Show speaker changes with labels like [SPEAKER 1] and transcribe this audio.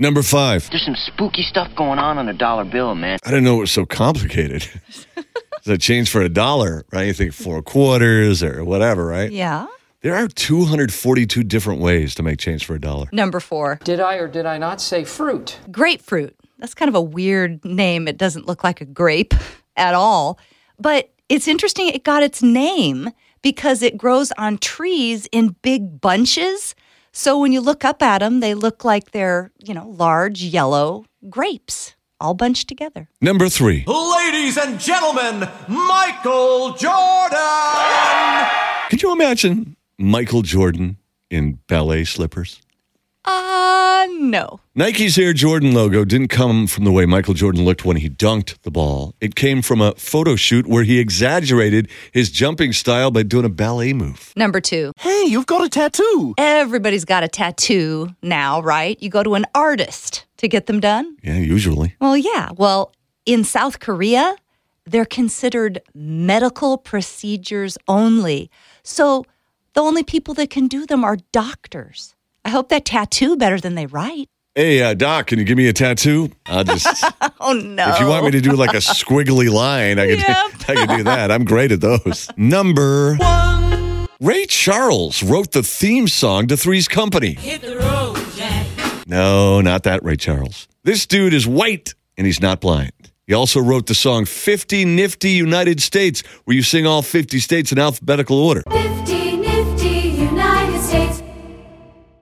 [SPEAKER 1] Number five.
[SPEAKER 2] There's some spooky stuff going on on a dollar bill, man.
[SPEAKER 1] I didn't know it was so complicated. it's a change for a dollar, right? You think four quarters or whatever, right?
[SPEAKER 3] Yeah.
[SPEAKER 1] There are 242 different ways to make change for a dollar.
[SPEAKER 3] Number four,
[SPEAKER 4] Did I or did I not say fruit?
[SPEAKER 3] grapefruit. That's kind of a weird name. It doesn't look like a grape at all. But it's interesting it got its name because it grows on trees in big bunches. So when you look up at them, they look like they're, you know, large yellow grapes all bunched together.
[SPEAKER 1] Number three.
[SPEAKER 5] Ladies and gentlemen, Michael Jordan!
[SPEAKER 1] Could you imagine Michael Jordan in ballet slippers?
[SPEAKER 3] Uh, no.
[SPEAKER 1] Nike's Air Jordan logo didn't come from the way Michael Jordan looked when he dunked the ball. It came from a photo shoot where he exaggerated his jumping style by doing a ballet move.
[SPEAKER 3] Number two,
[SPEAKER 5] Hey, you've got a tattoo!
[SPEAKER 3] everybody's got a tattoo now, right? You go to an artist to get them done.
[SPEAKER 1] Yeah, usually.
[SPEAKER 3] Well, yeah. Well, in South Korea, they're considered medical procedures only. So the only people that can do them are doctors. I hope that tattoo better than they write.
[SPEAKER 1] Hey, uh, Doc, can you give me a tattoo? I'll just.
[SPEAKER 3] Oh no.
[SPEAKER 1] If you want me to do like a squiggly line, I can,
[SPEAKER 3] Yep.
[SPEAKER 1] I can do that. I'm great at those. Number one. Ray Charles wrote the theme song to Three's Company. Hit the road, Jack. No, not that Ray Charles. This dude is white and he's not blind. He also wrote the song 50 Nifty United States, where you sing all 50 states in alphabetical order. 50